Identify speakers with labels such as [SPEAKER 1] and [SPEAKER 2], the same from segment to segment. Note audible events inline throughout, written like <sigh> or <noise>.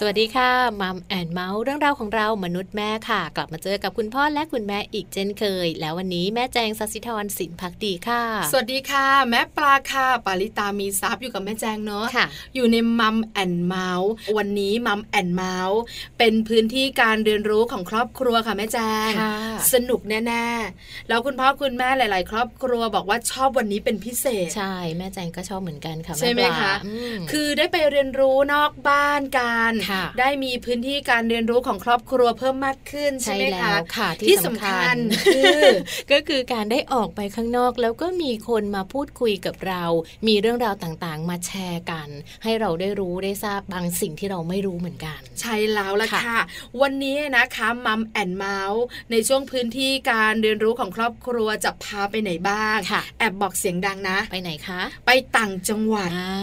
[SPEAKER 1] สวัสดีค่ะมัมแอนเมาส์เรื่องราวของเรามนุษย์แม่ค่ะ กลับมาเจอกับคุณพ่อและคุณแม่อีกเช่นเคย แล้ววันนี้แม่แจงสัสิธรสินพักดีค่ะ
[SPEAKER 2] สวัสดีค่ะ แม่ปลาค่ะ ปาริตามีซัพ์อยู่กับแม่แจงเนาะ
[SPEAKER 1] ค่ะ
[SPEAKER 2] อยู่ในมัมแอนเมาส์วันนี้มัมแอนเมาส์เป็นพื้นที่การเรียนรู้ของครอบครัวค่ะแม่แจง
[SPEAKER 1] ค่ะ
[SPEAKER 2] สนุกแน่ๆ แล้วคุณพ่อคุณแม่หลาย ๆ ครอบครัวบอกว่าชอบวันนี้เป็นพิเศษ
[SPEAKER 1] ใช่ แม่แจงก็ชอบเหมือนกันค่ะ
[SPEAKER 2] ใช่ไหม
[SPEAKER 1] แปลา
[SPEAKER 2] คะ
[SPEAKER 1] อืม
[SPEAKER 2] คือได้ไปเรียนรู้นอกบ้านกัน
[SPEAKER 1] ค่ะ
[SPEAKER 2] ได้มีพื้นที่การเรียนรู้ของครอบครัวเพิ่มมากขึ้นใช่
[SPEAKER 1] ใช่
[SPEAKER 2] ไหม
[SPEAKER 1] แล้
[SPEAKER 2] คะ
[SPEAKER 1] วค่ะ
[SPEAKER 2] ที่สำคัญคือ
[SPEAKER 1] ก็คือการได้ออกไปข้างนอกแล้วก็มีคนมาพูดคุยกับเรา มีเรื่องราวต่างๆ มาแชร์กัน ให้เราได้รู้ได้ทราบบางสิ่งที่เราไม่รู้เหมือนกัน
[SPEAKER 2] ใช่แล้วล่ะ
[SPEAKER 1] ค่ะ
[SPEAKER 2] ค่ะ วันนี้นะคะมัมแอนเมาส์ในช่วงพื้นที่การเรียนรู้ของครอบครัวจะพาไปไหนบ้าง
[SPEAKER 1] ค่ะ
[SPEAKER 2] แอบบอกเสียงดังนะ
[SPEAKER 1] ไปไหนคะ
[SPEAKER 2] ไปต่างจังหวัด
[SPEAKER 1] อ่า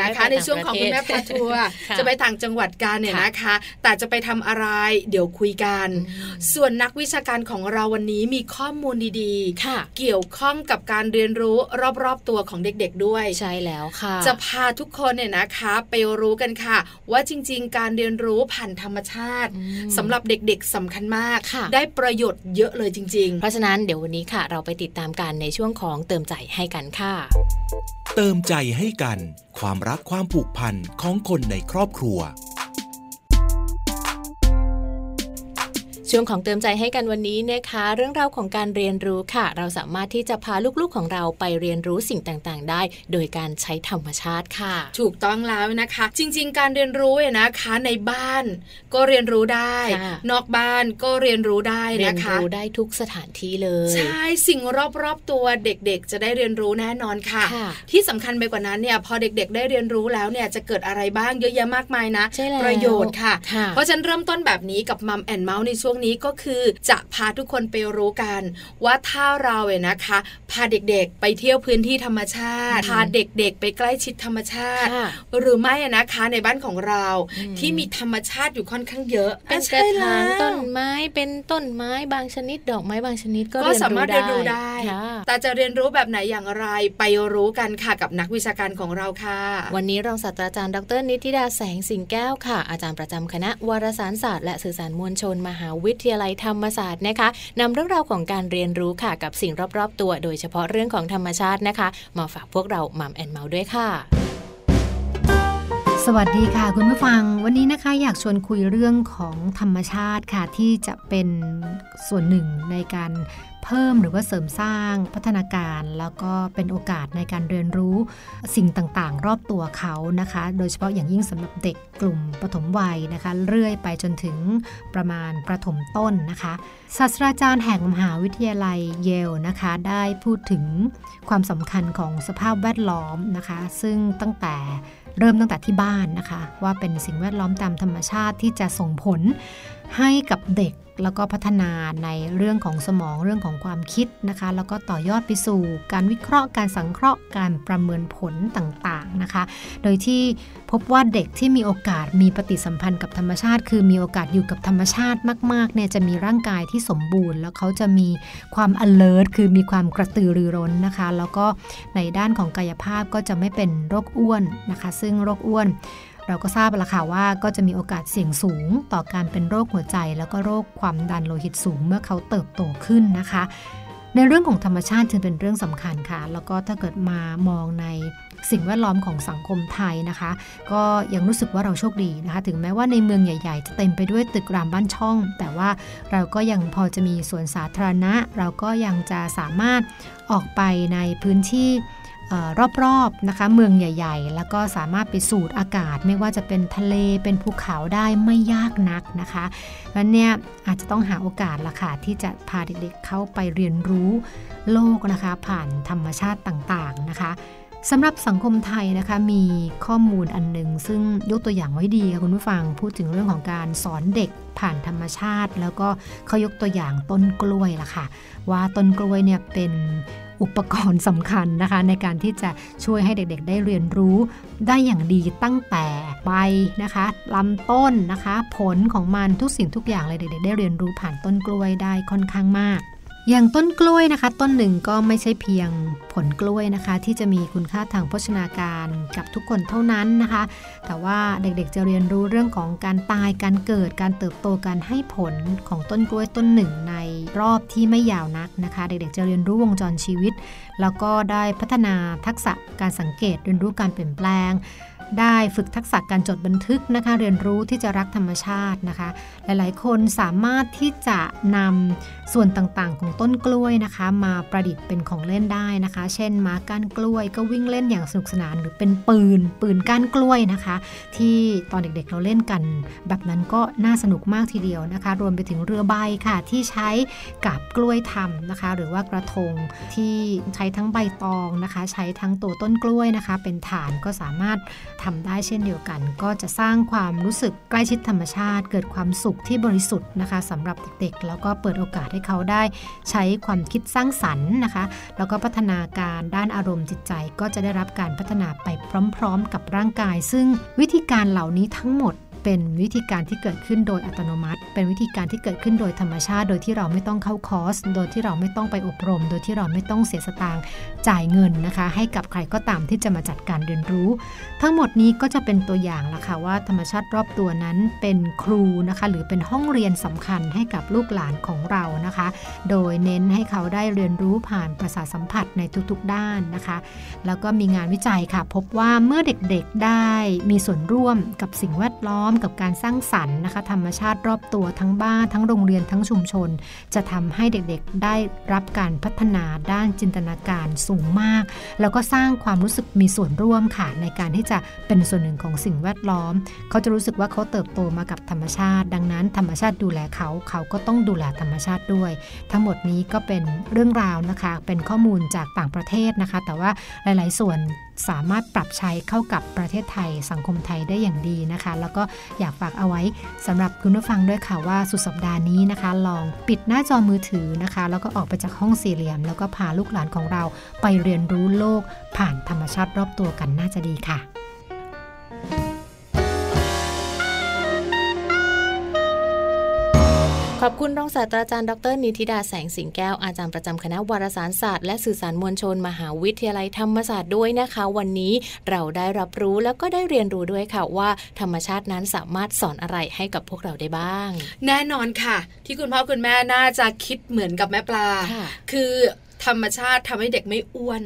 [SPEAKER 2] นะคะ ใน
[SPEAKER 1] ได้ไป
[SPEAKER 2] ช่วงของคุณแม่พา
[SPEAKER 1] ต่างประเทศ
[SPEAKER 2] ทัวร์
[SPEAKER 1] ค่
[SPEAKER 2] จะไปต่างจังหวัดกันเนี่ย
[SPEAKER 1] ค่ะ
[SPEAKER 2] นะคะ แต่จะไปทำอะไรเดี๋ยวคุยกัน
[SPEAKER 1] อืม
[SPEAKER 2] ส่วนนักวิชาการของเราวันนี้มีข้อมูลดี
[SPEAKER 1] <laughs> ค่ะ
[SPEAKER 2] ๆ เกี่ยวข้องกับการเรียนรู้รอบๆตัวของเด็กๆด้วย
[SPEAKER 1] ใช่แล้วค่ะ
[SPEAKER 2] จะพาทุกคนเนี่ยนะคะไปรู้กันค่ะ ว่าจริงๆ การเรียนรู้ผ่านธรรมชาติ
[SPEAKER 1] อืม
[SPEAKER 2] สำหรับเด็กๆสำคัญมาก
[SPEAKER 1] ค่ะ
[SPEAKER 2] ได้ประโยชน์เยอะเลยจริง
[SPEAKER 1] เพราะฉะนั้นเดี๋ยววันนี้ค่ะ เราไปติดตามกันในช่วงของเติมใจให้กันค่ะ
[SPEAKER 3] เติมใจให้กัน ความรักความผูกพันของคนในครอบครัว
[SPEAKER 1] ช่วงของเติมใจให้กันวันนี้นะคะ เรื่องราวของการเรียนรู้ค่ะ เราสามารถที่จะพาลูกๆของเราไปเรียนรู้สิ่งต่างๆ ได้ โดยการใช้ธรรมชาติค่ะ
[SPEAKER 2] ๆ ถูกต้องแล้วนะคะ จริง ๆ การเรียนรู้เนี่ยนะคะในบ้าน ก็เรียนรู้ได้
[SPEAKER 1] ค่ะ
[SPEAKER 2] นอกบ้านก็เรียนรู้ได้
[SPEAKER 1] เรีย
[SPEAKER 2] นะ
[SPEAKER 1] น
[SPEAKER 2] คะ
[SPEAKER 1] รู้ได้ทุกสถานที่เลย
[SPEAKER 2] ใช่สิ่งรอบๆตัวเด็กๆ จะได้เรียนรู้แน่นอนค่ะ
[SPEAKER 1] ค่ะ
[SPEAKER 2] ที่สำคัญไปกว่านั้นเนี่ยพอเด็กๆ ได้เรียนรู้แล้วเนี่ยจะเกิดอะไรบ้างเยอะแยะมากมายนะ
[SPEAKER 1] ใช่แล้ว
[SPEAKER 2] ประโยชน์ค่ะ
[SPEAKER 1] ค่ะ
[SPEAKER 2] เพราะฉะนันเริ่มต้นแบบนี้กับมัมแอนเมาส์ในช่วงนี้ก็คือ จะพาทุกคนไปรู้กัน ว่าถ้าเราเนี่ยนะคะ พาเด็กๆ ไปเที่ยวพื้นที่ธรรมชาติ พาเด็กๆ ไปใกล้ชิดธรรมชาติ
[SPEAKER 1] ค่ะ
[SPEAKER 2] หรือไม่อะนะคะในบ้านของเรา
[SPEAKER 1] อืม
[SPEAKER 2] ที่มีธรรมชาติอยู่ค่อนข้างเยอะ
[SPEAKER 1] เป็น
[SPEAKER 2] อ่
[SPEAKER 1] กระ
[SPEAKER 2] ใช่
[SPEAKER 1] ถาง
[SPEAKER 2] แล้ว
[SPEAKER 1] ต้นไม้เป็นต้นไม้บางชนิดดอกไม้บางชนิดก็
[SPEAKER 2] ก็สามารถเรียนรู้ได้
[SPEAKER 1] ค่ะ
[SPEAKER 2] แต่จะเรียนรู้แบบไหนอย่างไรไปรู้กันค่ะกับนักวิชาการของเราค่ะ
[SPEAKER 1] วันนี้รองศาสตราจารย์ดรนิติดาแสงสิงแก้วค่ะ อาจารย์ประจำคณะวารสารศาสตร์และสื่อสารมวลชน มหาวิทยาลัยธรรมศาสตร์นะคะนำเรื่องราวของการเรียนรู้ค่ะกับสิ่งรอบๆ ตัว โดยเฉพาะเรื่องของธรรมชาตินะคะ มาฝากพวกเรามัมแอนเมาด้วยค่ะ
[SPEAKER 4] สวัสดีค่ะ คุณผู้ฟัง วันนี้นะคะอยากชวนคุยเรื่องของธรรมชาติค่ะ ที่จะเป็นส่วนหนึ่งในการเพิ่มหรือว่าเสริมสร้างพัฒนาการ แล้วก็เป็นโอกาสในการเรียนรู้สิ่งต่างๆ รอบตัวเขานะคะ โดยเฉพาะอย่างยิ่งสำหรับเด็กกลุ่มปฐมวัยนะคะ เรื่อยไปจนถึงประมาณประถมต้นนะคะศาสตราจารย์แห่งมหาวิทยาลัยเยลนะคะ ได้พูดถึงความสำคัญของสภาพแวดล้อมนะคะ ซึ่งตั้งแต่ เริ่มตั้งแต่ที่บ้านนะคะ ว่าเป็นสิ่งแวดล้อมตามธรรมชาติที่จะส่งผลให้กับเด็กแล้วก็พัฒนาในเรื่องของสมองเรื่องของความคิดนะคะ แล้วก็ต่อยอดไปสู่ การวิเคราะห์การสังเคราะห์การประเมินผลต่างๆนะคะ โดยที่พบว่าเด็กที่มีโอกาสมีปฏิสัมพันธ์กับธรรมชาติ คือมีโอกาสอยู่กับธรรมชาติมากๆเนี่ยจะมีร่างกายที่สมบูรณ์ แล้วเขาจะมีความ alert คือมีความกระตือรือร้นนะคะ แล้วก็ในด้านของกายภาพก็จะไม่เป็นโรคอ้วนนะคะ ซึ่งโรคอ้วน เราก็ทราบแล้วค่ะว่าก็จะมีโอกาสเสี่ยงสูงต่อการเป็นโรคหัวใจ แล้วก็โรคความดันโลหิตสูงเมื่อเขาเติบโตขึ้นนะคะ ในเรื่องของธรรมชาติจึงเป็นเรื่องสำคัญค่ะ แล้วก็ถ้าเกิดมามองในสิ่งแวดล้อมของสังคมไทยนะคะ ก็ยังรู้สึกว่าเราโชคดีนะคะ ถึงแม้ว่าในเมืองใหญ่ ๆ จะเต็มไปด้วยตึกรามบ้านช่อง แต่ว่าเราก็ยังพอจะมีสวนสาธารณะ เราก็ยังจะสามารถออกไปในพื้นที่ เอ่อรอบๆนะคะเมืองใหญ่ ๆ แล้วก็สามารถไปสูดอากาศ ไม่ว่าจะเป็นทะเลเป็นภูเขาได้ไม่ยากนักนะคะงั้นเนี่ยอาจจะต้องหาโอกาสละค่ะที่จะพาเด็กๆเข้าไปเรียนรู้โลกนะคะ ผ่านธรรมชาติต่างๆนะคะสำหรับสังคมไทยนะคะมีข้อมูลอันหนึง ซึ่งยกตัวอย่างไว้ดีค่ะคุณผู้ฟังพูดถึงเรื่องของการสอนเด็กผ่านธรรมชาติ แล้วก็เขายกตัวอย่างต้นกล้วยละค่ะ ว่าต้นกล้วยเนี่ยเป็นอุปกรณ์สำคัญนะคะ ในการที่จะช่วยให้เด็กๆ ได้เรียนรู้ได้อย่างดีตั้งแต่ใบนะคะลำต้นนะคะ ผลของมันทุกสิ่งทุกอย่างเลยเด็กๆ ได้เรียนรู้ผ่านต้นกล้วยได้ค่อนข้างมาก อย่างต้นกล้วยนะคะ ต้นหนึ่งก็ไม่ใช่เพียงผ ลกล้วยนะคะ ที่จะมีคุณค่าทางโภชนาการกับทุกคนเท่านั้นนะคะ แต่ว่าเด็กๆจะเรียนรู้เรื่องของการตายการเกิดการเติบโตการให้ผลของต้นกล้วยต้นหนึ่งในรอบที่ไม่ยาวนักนะคะ เด็กๆจะเรียนรู้วงจรชีวิต แล้วก็ได้พัฒนาทักษะการสังเกตเรียนรู้การเปลี่ยนแปลง ได้ฝึกทักษะการจดบันทึกนะคะ เรียนรู้ที่จะรักธรรมชาตินะคะ หลายๆ คนสามารถที่จะนำส่วนต่างๆ ของต้นกล้วยนะคะ มาประดิษฐ์เป็นของเล่นได้นะคะ เช่นม้าก้านกล้วย ก็วิ่งเล่นอย่างสนุกสนาน หรือเป็นปืน ปืนก้านกล้วยนะคะ ที่ตอนเด็กๆเราเล่นกัน แบบนั้นก็น่าสนุกมากทีเดียวนะคะ รวมไปถึงเรือใบค่ะ ที่ใช้กาบกล้วยทำนะคะ หรือว่ากระทงที่ใช้ทั้งใบตองนะคะ ใช้ทั้งตัวต้นกล้วยนะคะ เป็นฐานก็สามารถทำได้เช่นเดียวกัน ก็จะสร้างความรู้สึกใกล้ชิดธรรมชาติ เกิดความสุขที่บริสุทธิ์นะคะสำหรับเด็กๆ แล้วก็เปิดโอกาสให้เขาได้ใช้ความคิดสร้างสรรค์นะคะ แล้วก็พัฒนาการด้านอารมณ์จิตใจก็จะได้รับการพัฒนาไปพร้อมๆ กับร่างกาย ซึ่งวิธีการเหล่านี้ทั้งหมดเป็นวิธีการที่เกิดขึ้นโดยอัตโนมัติ เป็นวิธีการที่เกิดขึ้นโดยธรรมชาติ โดยที่เราไม่ต้องเข้าคอร์ส โดยที่เราไม่ต้องไปอบรม โดยที่เราไม่ต้องเสียสตางค์จ่ายเงินนะคะ ให้กับใครก็ตามที่จะมาจัดการเรียนรู้ ทั้งหมดนี้ก็จะเป็นตัวอย่างละค่ะว่าธรรมชาติรอบตัวนั้นเป็นครูนะคะ หรือเป็นห้องเรียนสำคัญให้กับลูกหลานของเรานะคะ โดยเน้นให้เขาได้เรียนรู้ผ่านประสาทสัมผัสในทุกๆด้านนะคะ แล้วก็มีงานวิจัยค่ะ พบว่าเมื่อเด็กๆได้มีส่วนร่วมกับสิ่งแวดล้อมกับการสร้างสรรค์นะคะ ธรรมชาติรอบตัวทั้งบ้านทั้งโรงเรียนทั้งชุมชน จะทำให้เด็กๆ ได้รับการพัฒนาด้านจินตนาการสูงมาก แล้วก็สร้างความรู้สึกมีส่วนร่วมค่ะ ในการที่จะเป็นส่วนหนึ่งของสิ่งแวดล้อม เขาจะรู้สึกว่าเขาเติบโตมากับธรรมชาติ ดังนั้นธรรมชาติดูแลเขาเขาก็ต้องดูแลธรรมชาติด้วย ทั้งหมดนี้ก็เป็นเรื่องราวนะคะ เป็นข้อมูลจากต่างประเทศนะคะ แต่ว่าหลายๆ ส่วนสามารถปรับใช้เข้ากับประเทศไทย สังคมไทยได้อย่างดีนะคะ แล้วก็อยากฝากเอาไว้สำหรับคุณผู้ฟังด้วยค่ะว่าสุดสัปดาห์นี้นะคะ ลองปิดหน้าจอมือถือนะคะ แล้วก็ออกไปจากห้องสี่เหลี่ยม แล้วก็พาลูกหลานของเราไปเรียนรู้โลก ผ่านธรรมชาติรอบตัวกันน่าจะดีค่ะ
[SPEAKER 1] ขอบคุณรองศาสตราจารย์ดรนิติดาแสงสิงแก้วอาจารย์ประจำคณะวารสารศาสตร์และสื่อสารมวลชน มหาวิทยาลัยธรรมศาสตร์ด้วยนะคะ วันนี้เราได้รับรู้แล้วก็ได้เรียนรู้ด้วยค่ะว่า ธรรมชาตินั้นสามารถสอนอะไรให้กับพวกเราได้บ้าง
[SPEAKER 2] แน่นอนค่ะ ที่คุณพ่อคุณแม่น่าจะคิดเหมือนกับแม่ปลา
[SPEAKER 1] ค่ะ <laughs>
[SPEAKER 2] คือธรรมชาติทำให้เด็กไม่อ้วน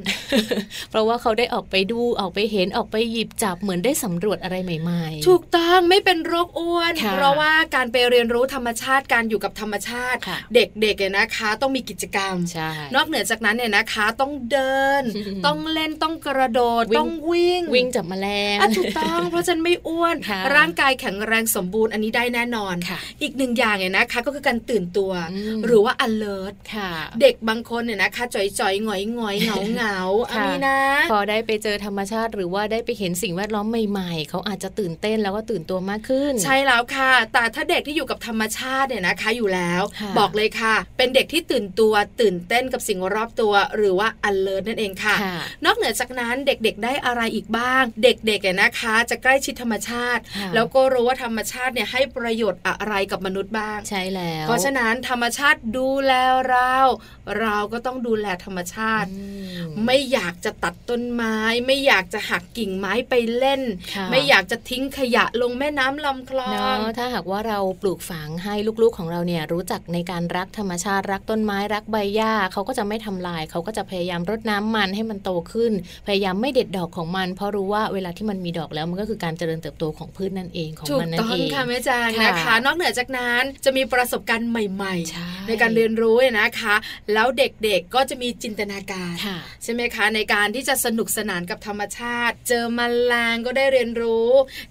[SPEAKER 1] เพราะว่าเขาได้ออกไปดูออกไปเห็นออกไปหยิบจับเหมือนได้สำรวจอะไรใหม่ ๆ
[SPEAKER 2] ถูกต้องไม่เป็นโรคอ้วน
[SPEAKER 1] ค่ะ
[SPEAKER 2] เพราะว่าการไปเรียนรู้ธรรมชาติการอยู่กับธรรมชาติ
[SPEAKER 1] ค่ะ
[SPEAKER 2] เด็กๆเนี่ยนะคะ ต้องมีกิจกรรม
[SPEAKER 1] ใช่
[SPEAKER 2] นอกเหนือจากนั้นเนี่ยนะคะ ต้องเดิ
[SPEAKER 1] <laughs>
[SPEAKER 2] น
[SPEAKER 1] อืม
[SPEAKER 2] ต้องเล่นต้องกระโดด
[SPEAKER 1] วิ่ง
[SPEAKER 2] ต้องวิ่ง
[SPEAKER 1] วิ่งจับแมลง
[SPEAKER 2] อ่ะถูกต้อง เพราะฉันไม่อ้วน
[SPEAKER 1] ค่ะ
[SPEAKER 2] ร่างกายแข็งแรงสมบูรณ์อันนี้ได้แน่นอน
[SPEAKER 1] ค่ะ
[SPEAKER 2] อีกหนึ่งอย่างเนี่ยนะคะ ก็คือการตื่นตัว
[SPEAKER 1] อืม
[SPEAKER 2] หรือว่า alert
[SPEAKER 1] ค่ะ
[SPEAKER 2] เด็กบางคนเนี่ยนะคะจ่อยๆหงอยๆเหงาๆอัน
[SPEAKER 1] ค่ะ
[SPEAKER 2] นี้นะ
[SPEAKER 1] พอได้ไปเจอธรรมชาติหรือว่าได้ไปเห็นสิ่งแวดล้อมใหม่ๆ เขาอาจจะตื่นเต้นแล้วก็ตื่นตัวมากขึ้น
[SPEAKER 2] ใช่แล้วค่ะ แต่ถ้าเด็กที่อยู่กับธรรมชาติเนี่ยนะคะอยู่แล้ว
[SPEAKER 1] ค่ะ
[SPEAKER 2] บอกเลยค่ะ เป็นเด็กที่ตื่นตัวตื่นเต้นกับสิ่งรอบตัว หรือว่า alert นั่นเองค่ะ
[SPEAKER 1] ค่ะ
[SPEAKER 2] นอกเหนือจากนั้นเด็กๆ ได้อะไรอีกบ้าง เด็กๆเนี่ยนะคะ จะใกล้ชิดธรรมชาติ
[SPEAKER 1] ค่ะ
[SPEAKER 2] แล้วก็รู้ว่าธรรมชาติเนี่ยให้ประโยชน์อะไรกับมนุษย์บ้าง
[SPEAKER 1] ใช่แล้ว
[SPEAKER 2] เพราะฉะนั้นธรรมชาติดูแลเรา เราก็ต้องดูแลธรรมชาติ
[SPEAKER 1] อืม
[SPEAKER 2] ไม่อยากจะตัดต้นไม้ ไม่อยากจะหักกิ่งไม้ไปเล่น
[SPEAKER 1] ค่ะ
[SPEAKER 2] ไม่อยากจะทิ้งขยะลงแม่น้ำลำคลอ
[SPEAKER 1] เนาะ
[SPEAKER 2] ง
[SPEAKER 1] ถ้าหากว่าเราปลูกฝังให้ลูกๆของเราเนี่ยรู้จักในการรักธรรมชาติรักต้นไม้รักใบหญ้าเขาก็จะไม่ทำลาย เขาก็จะพยายามรดน้ำมันให้มันโตขึ้น พยายามไม่เด็ดดอกของมัน เพราะรู้ว่าเวลาที่มันมีดอกแล้วมันก็คือการเจริญเติบโตของพืชนั่นเองของ
[SPEAKER 2] ถูก
[SPEAKER 1] มันนั่
[SPEAKER 2] ต้
[SPEAKER 1] น
[SPEAKER 2] อง
[SPEAKER 1] เอง
[SPEAKER 2] ค่ะแม่จาง
[SPEAKER 1] ค่ะ
[SPEAKER 2] นะคะ นอกเหนือจากนั้นจะมีประสบการณ์ใหม่
[SPEAKER 1] ช่
[SPEAKER 2] ๆ ในการเรียนรู้เนี่ยนะคะ แล้วเด็กๆก็จะมีจินตนาการ
[SPEAKER 1] ค่ะ
[SPEAKER 2] ใช่ไหมคะ ในการที่จะสนุกสนานกับธรรมชาติ เจอมแมลงก็ได้เรียนรู้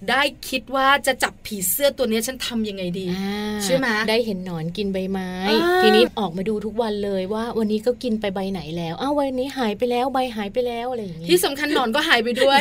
[SPEAKER 2] ได้คิดว่าจะจับผีเสื้อตัวเนี้ยฉันทำยังไงดี
[SPEAKER 1] อ่า
[SPEAKER 2] ใช่ไหม
[SPEAKER 1] ได้เห็นหนอนกินใบไม้
[SPEAKER 2] อ่า
[SPEAKER 1] ทีนี้ออกมาดูทุกวันเลยว่าวันนี้ก็กินไปใบไหนแล้วอ้าววันนี้หายไปแล้วใบหายไปแล้วอะไรอย่างนี้
[SPEAKER 2] ที่สำคัญหนอนก็หายไปด้วย <laughs>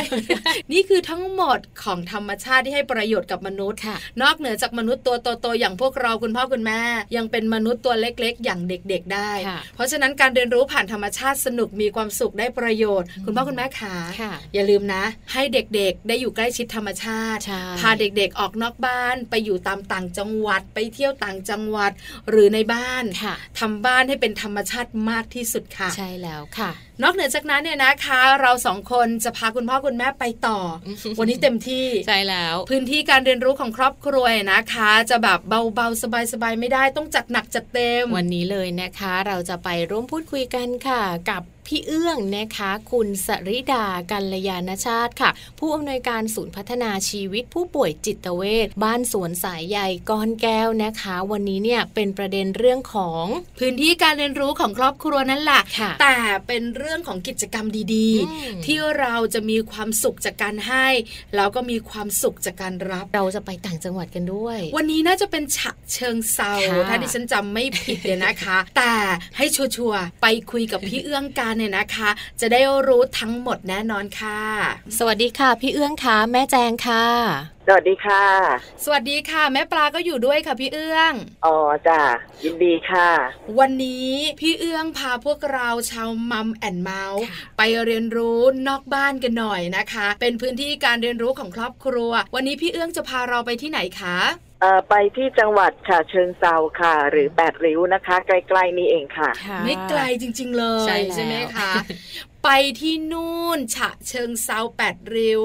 [SPEAKER 2] นี่คือทั้งหมดของธรรมชาติที่ให้ประโยชน์กับมนุษย์
[SPEAKER 1] ค่ะ
[SPEAKER 2] นอกเหนือจากมนุษย์ตัวโตๆอย่างพวกเราคุณพ่อคุณแม่ ยังเป็นมนุษย์ตัวเล็กๆ อย่างเด็กๆได้
[SPEAKER 1] ค่ะ
[SPEAKER 2] เพราะฉะนั้นการเรียนรู้ รู้ผ่านธรรมชาติสนุกมีความสุขได้ประโยชน์ คุณพ่อคุณแม่ขา
[SPEAKER 1] ค่ะ
[SPEAKER 2] อย่าลืมนะ ให้เด็กๆ ได้อยู่ใกล้ชิดธรรมชาติ
[SPEAKER 1] ใช่
[SPEAKER 2] พาเด็กๆออกนอกบ้านไปอยู่ตามต่างจังหวัดไปเที่ยวต่างจังหวัด หรือในบ้าน
[SPEAKER 1] ค่ะ
[SPEAKER 2] ทำบ้านให้เป็นธรรมชาติมากที่สุดค่ะ
[SPEAKER 1] ใช่แล้วค่ะ
[SPEAKER 2] นอกเหนือจากนั้นเนี่ยนะคะ เราสองคนจะพาคุณพ่อคุณแม่ไปต่อ วันนี้เต็มที่
[SPEAKER 1] ใช่แล้ว
[SPEAKER 2] พื้นที่การเรียนรู้ของครอบครัวนะคะ จะแบบเบาๆ สบายๆ ไม่ได้ต้องจัดหนักจัดเต็ม
[SPEAKER 1] วันนี้เลยนะคะเราจะไปร่วมพูดคุยกันค่ะ กับพี่เอื้องนะคะ คุณสริดากัลยาณชาติค่ะ ผู้อำนวยการศูนย์พัฒนาชีวิตผู้ป่วยจิตเวชบ้านสวนสายใยก้อนแก้วนะคะ วันนี้เนี่ยเป็นประเด็นเรื่องของ
[SPEAKER 2] พื้นที่การเรียนรู้ของครอบครัวนั่นแหละ
[SPEAKER 1] ค่ะ
[SPEAKER 2] แต่เป็นเรื่องของกิจกรรมดี
[SPEAKER 1] อืม
[SPEAKER 2] ที่เราจะมีความสุขจากการให้ แล้วก็มีความสุขจากการรับ
[SPEAKER 1] เราจะไปต่างจังหวัดกันด้วย
[SPEAKER 2] วันนี้น่าจะเป็นฉะเชิงเซา
[SPEAKER 1] ค่ะ
[SPEAKER 2] ถ้าดิฉันจำไม่ผิดเนี่ยนะคะ แต่ให้ชัวร์ๆไปคุยกับพี่เอื้องกันเนี่ยนะคะ จะได้รู้ทั้งหมดแน่นอนค่ะ
[SPEAKER 1] สวัสดีค่ะ พี่เอื้องค่ะแม่แจงค่ะ
[SPEAKER 5] สวัสดีค่ะ
[SPEAKER 2] สวัสดีค่ะ แม่ปลาก็อยู่ด้วยค่ะพี่เอื้อง
[SPEAKER 5] อ๋อจ้ะ ยินดีค่ะ
[SPEAKER 2] วันนี้พี่เอื้องพาพวกเราชาวมัมแอนเมาส์ไปเรียนรู้นอกบ้านกันหน่อยนะคะ เป็นพื้นที่การเรียนรู้ของครอบครัว วันนี้พี่เอื้องจะพาเราไปที่ไหนคะ
[SPEAKER 5] เอ่อ ไปที่จังหวัดฉะเชิงเซาค่ะ หรือแปดริ้วนะคะ ใกล้ๆนี่เองค่ะ
[SPEAKER 1] ค่ะ
[SPEAKER 2] ไม่ไกลจริง ๆ เลย
[SPEAKER 1] ใช่แล้ว
[SPEAKER 2] ไหมคะ
[SPEAKER 1] <laughs>
[SPEAKER 2] ไปที่นู่นฉะเชิงเซาแปดริ้ว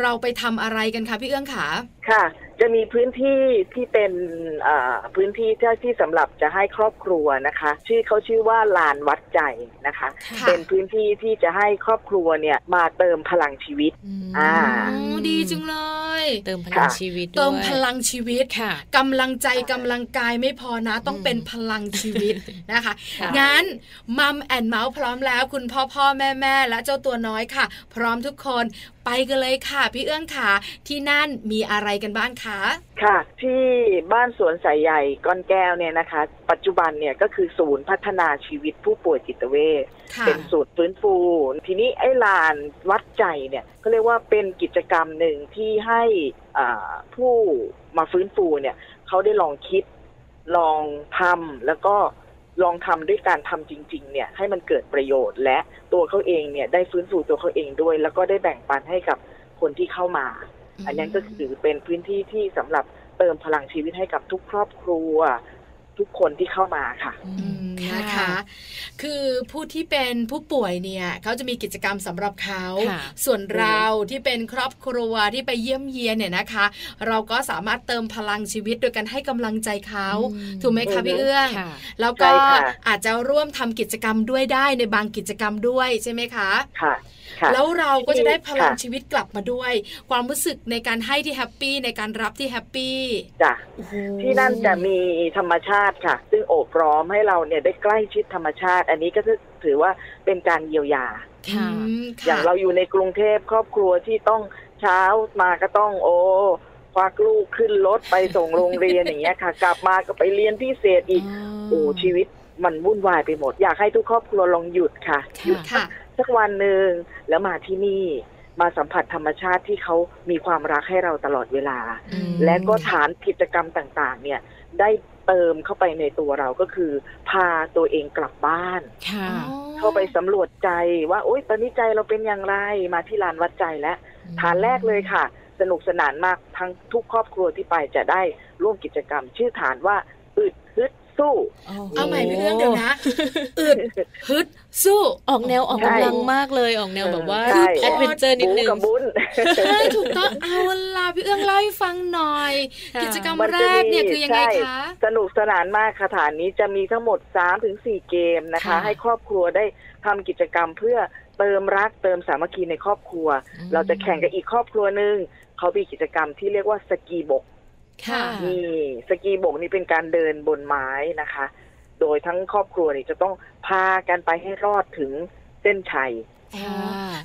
[SPEAKER 2] เราไปทำอะไรกันคะพี่เอื้องคะ
[SPEAKER 5] ค่ะ จะมีพื้นที่ที่เป็นเอ่อพื้นที่ที่ที่สำหรับจะให้ครอบครัวนะคะ ชื่อเขาชื่อว่าลานวัดใจนะคะ
[SPEAKER 2] ค่ะ
[SPEAKER 5] เป็นพื้นที่ที่จะให้ครอบครัวเนี่ยมาเติมพลังชีวิต
[SPEAKER 1] ม
[SPEAKER 5] อ่า
[SPEAKER 2] โอ้ดีจังเลย
[SPEAKER 1] เติมพลัง
[SPEAKER 5] ค่ะ
[SPEAKER 1] ชีวิตด้วย
[SPEAKER 2] เติมพลังชีวิต
[SPEAKER 1] ค่ะ
[SPEAKER 2] กำลังใจกำลังกายไม่พอนะ ต้อง
[SPEAKER 1] อืม
[SPEAKER 2] เป็นพลังชีวิตนะคะ
[SPEAKER 1] ค่ะ
[SPEAKER 2] งั้นมัมแอนเมาส์พร้อมแล้ว คุณพ่อพ่อแม่แม่และเจ้าตัวน้อยค่ะ พร้อมทุกคนไปกันเลยค่ะ พี่เอื้องค่ะที่นั่นมีอะไรกันบ้างคะ
[SPEAKER 5] ค่ะ ที่บ้านสวนสายใหญ่ก้อนแก้วเนี่ยนะคะ ปัจจุบันเนี่ยก็คือศูนย์พัฒนาชีวิตผู้ป่วยจิตเวช
[SPEAKER 2] ค่ะ
[SPEAKER 5] เป็นสูตรฟื้นฟู ทีนี้ไอ้ลานวัดใจเนี่ยก็เรียกว่าเป็นกิจกรรมหนึ่งที่ให้อ่าผู้มาฟื้นฟูเนี่ยเขาได้ลองคิดลองทำแล้วก็ลองทำด้วยการทำจริง ๆ เนี่ยให้มันเกิดประโยชน์ และตัวเขาเองเนี่ยได้ฟื้นฟูตัวเขาเองด้วย แล้วก็ได้แบ่งปันให้กับคนที่เข้ามา อันนั้นก็คือเป็นพื้นที่ที่สำหรับเติมพลังชีวิตให้กับทุกครอบครัว ทุกคนที่เข้ามาค่ะ
[SPEAKER 1] อื
[SPEAKER 2] อื
[SPEAKER 1] ม
[SPEAKER 2] มนะคะ คือผู้ที่เป็นผู้ป่วยเนี่ยเขาจะมีกิจกรรมสำหรับเขา
[SPEAKER 1] ค่ะ
[SPEAKER 2] ส่วนเราที่เป็นครอบครัวที่ไปเยี่ยมเยียนเนี่ยนะคะ เราก็สามารถเติมพลังชีวิตโดยการให้กำลังใจเขา
[SPEAKER 1] อืม
[SPEAKER 2] ถูกไหมคะพี่เอื้อง
[SPEAKER 1] ค่ะ
[SPEAKER 2] แล้วก็
[SPEAKER 5] ใช่ค่ะ
[SPEAKER 2] อาจจะร่วมทำกิจกรรมด้วยได้ในบางกิจกรรมด้วยใช่ไหมคะ
[SPEAKER 5] ค่ะค่ะ
[SPEAKER 2] แล้วเราก็จะได้พลัง
[SPEAKER 5] ค่ะ
[SPEAKER 2] ชีวิตกลับมาด้วย ความรู้สึกในการให้ที่แฮปปี้ในการรับที่แฮปปี้
[SPEAKER 5] จ้ะ
[SPEAKER 2] โอ้โห
[SPEAKER 5] ที่นั่นจะมีธรรมชาติค่ะ ซึ่งโอบล้อมให้เราเนี่ยได้ใกล้ชิดธรรมชาติ อันนี้ก็ถือว่าเป็นการเยียวยา
[SPEAKER 2] อื
[SPEAKER 1] ค่ะ
[SPEAKER 2] มค่ะ
[SPEAKER 5] อย่างเราอยู่ในกรุงเทพครอบครัวที่ต้องเช้ามาก็ต้องโอ้ควักลูกขึ้นรถไปส่งโรงเรียน อย่างเงี้ยค่ะ กลับมาก็ไปเรียนพิเศษอีกโอ้ชีวิตมันวุ่นวายไปหมด อยากให้ทุกครอบครัวลองหยุดค่ะ
[SPEAKER 1] ค่ะ
[SPEAKER 5] หยุด
[SPEAKER 2] ค่ะ
[SPEAKER 5] สักวันหนึ่งแล้วมาที่นี่มาสัมผัสธรรมชาติที่เขามีความรักให้เราตลอดเวลา
[SPEAKER 1] อืม
[SPEAKER 5] และก็ฐานกิจกรรมต่างๆ เนี่ยได้เติมเข้าไปในตัวเราก็คือ พาตัวเองกลับบ้าน
[SPEAKER 1] ค่ะ
[SPEAKER 5] เข้าไปสำรวจใจว่าโอ๊ยตอนนี้ใจเราเป็นอย่างไรมาที่ลานวัดใจและฐานแรกเลยค่ะ สนุกสนานมากทั้งทุกครอบครัวที่ไปจะได้ร่วมกิจกรรม ชื่อฐานว่าอึดฮึดสู้
[SPEAKER 2] เอาใหม่พี่เอื้องเดี๋ยวนะอึดฮึดสู้
[SPEAKER 1] ออกแนวออก
[SPEAKER 5] ใช่
[SPEAKER 1] กำลังมากเลยออกแนวแบบว่า
[SPEAKER 5] ใช่
[SPEAKER 1] แอดเวนเจอร์นิดนึง
[SPEAKER 5] บู๊กับบุ
[SPEAKER 1] <laughs>
[SPEAKER 5] ญ
[SPEAKER 2] ใช่ถูกต้องเอาล่ะพี่เอื้องเล่าให้ฟังหน่อย
[SPEAKER 1] ค่ะ
[SPEAKER 2] กิจกรรม
[SPEAKER 5] มัน
[SPEAKER 2] แร
[SPEAKER 5] จะ
[SPEAKER 2] ก
[SPEAKER 5] มี
[SPEAKER 2] เนี่ยคือยังไง
[SPEAKER 5] ใช่
[SPEAKER 2] คะ
[SPEAKER 5] สนุกสนานมากค่ะฐานนี้จะมีทั้งหมด 3-4ถึง4เกมนะคะ
[SPEAKER 1] ค่ะ
[SPEAKER 5] ให้ครอบครัวได้ทำกิจกรรมเพื่อเติมรักเติมสามัคคีในครอบครัว
[SPEAKER 1] อืม
[SPEAKER 5] เราจะแข่งกับอีกครอบครัวหนึ่งเขามีกิจกรรมที่เรียกว่าสกีบก
[SPEAKER 1] ค่ะ
[SPEAKER 5] นี่สกีบกนี่เป็นการเดินบนไม้นะคะ โดยทั้งครอบครัวนี่จะต้องพากันไปให้รอดถึงเส้นชัย
[SPEAKER 1] ค่ะ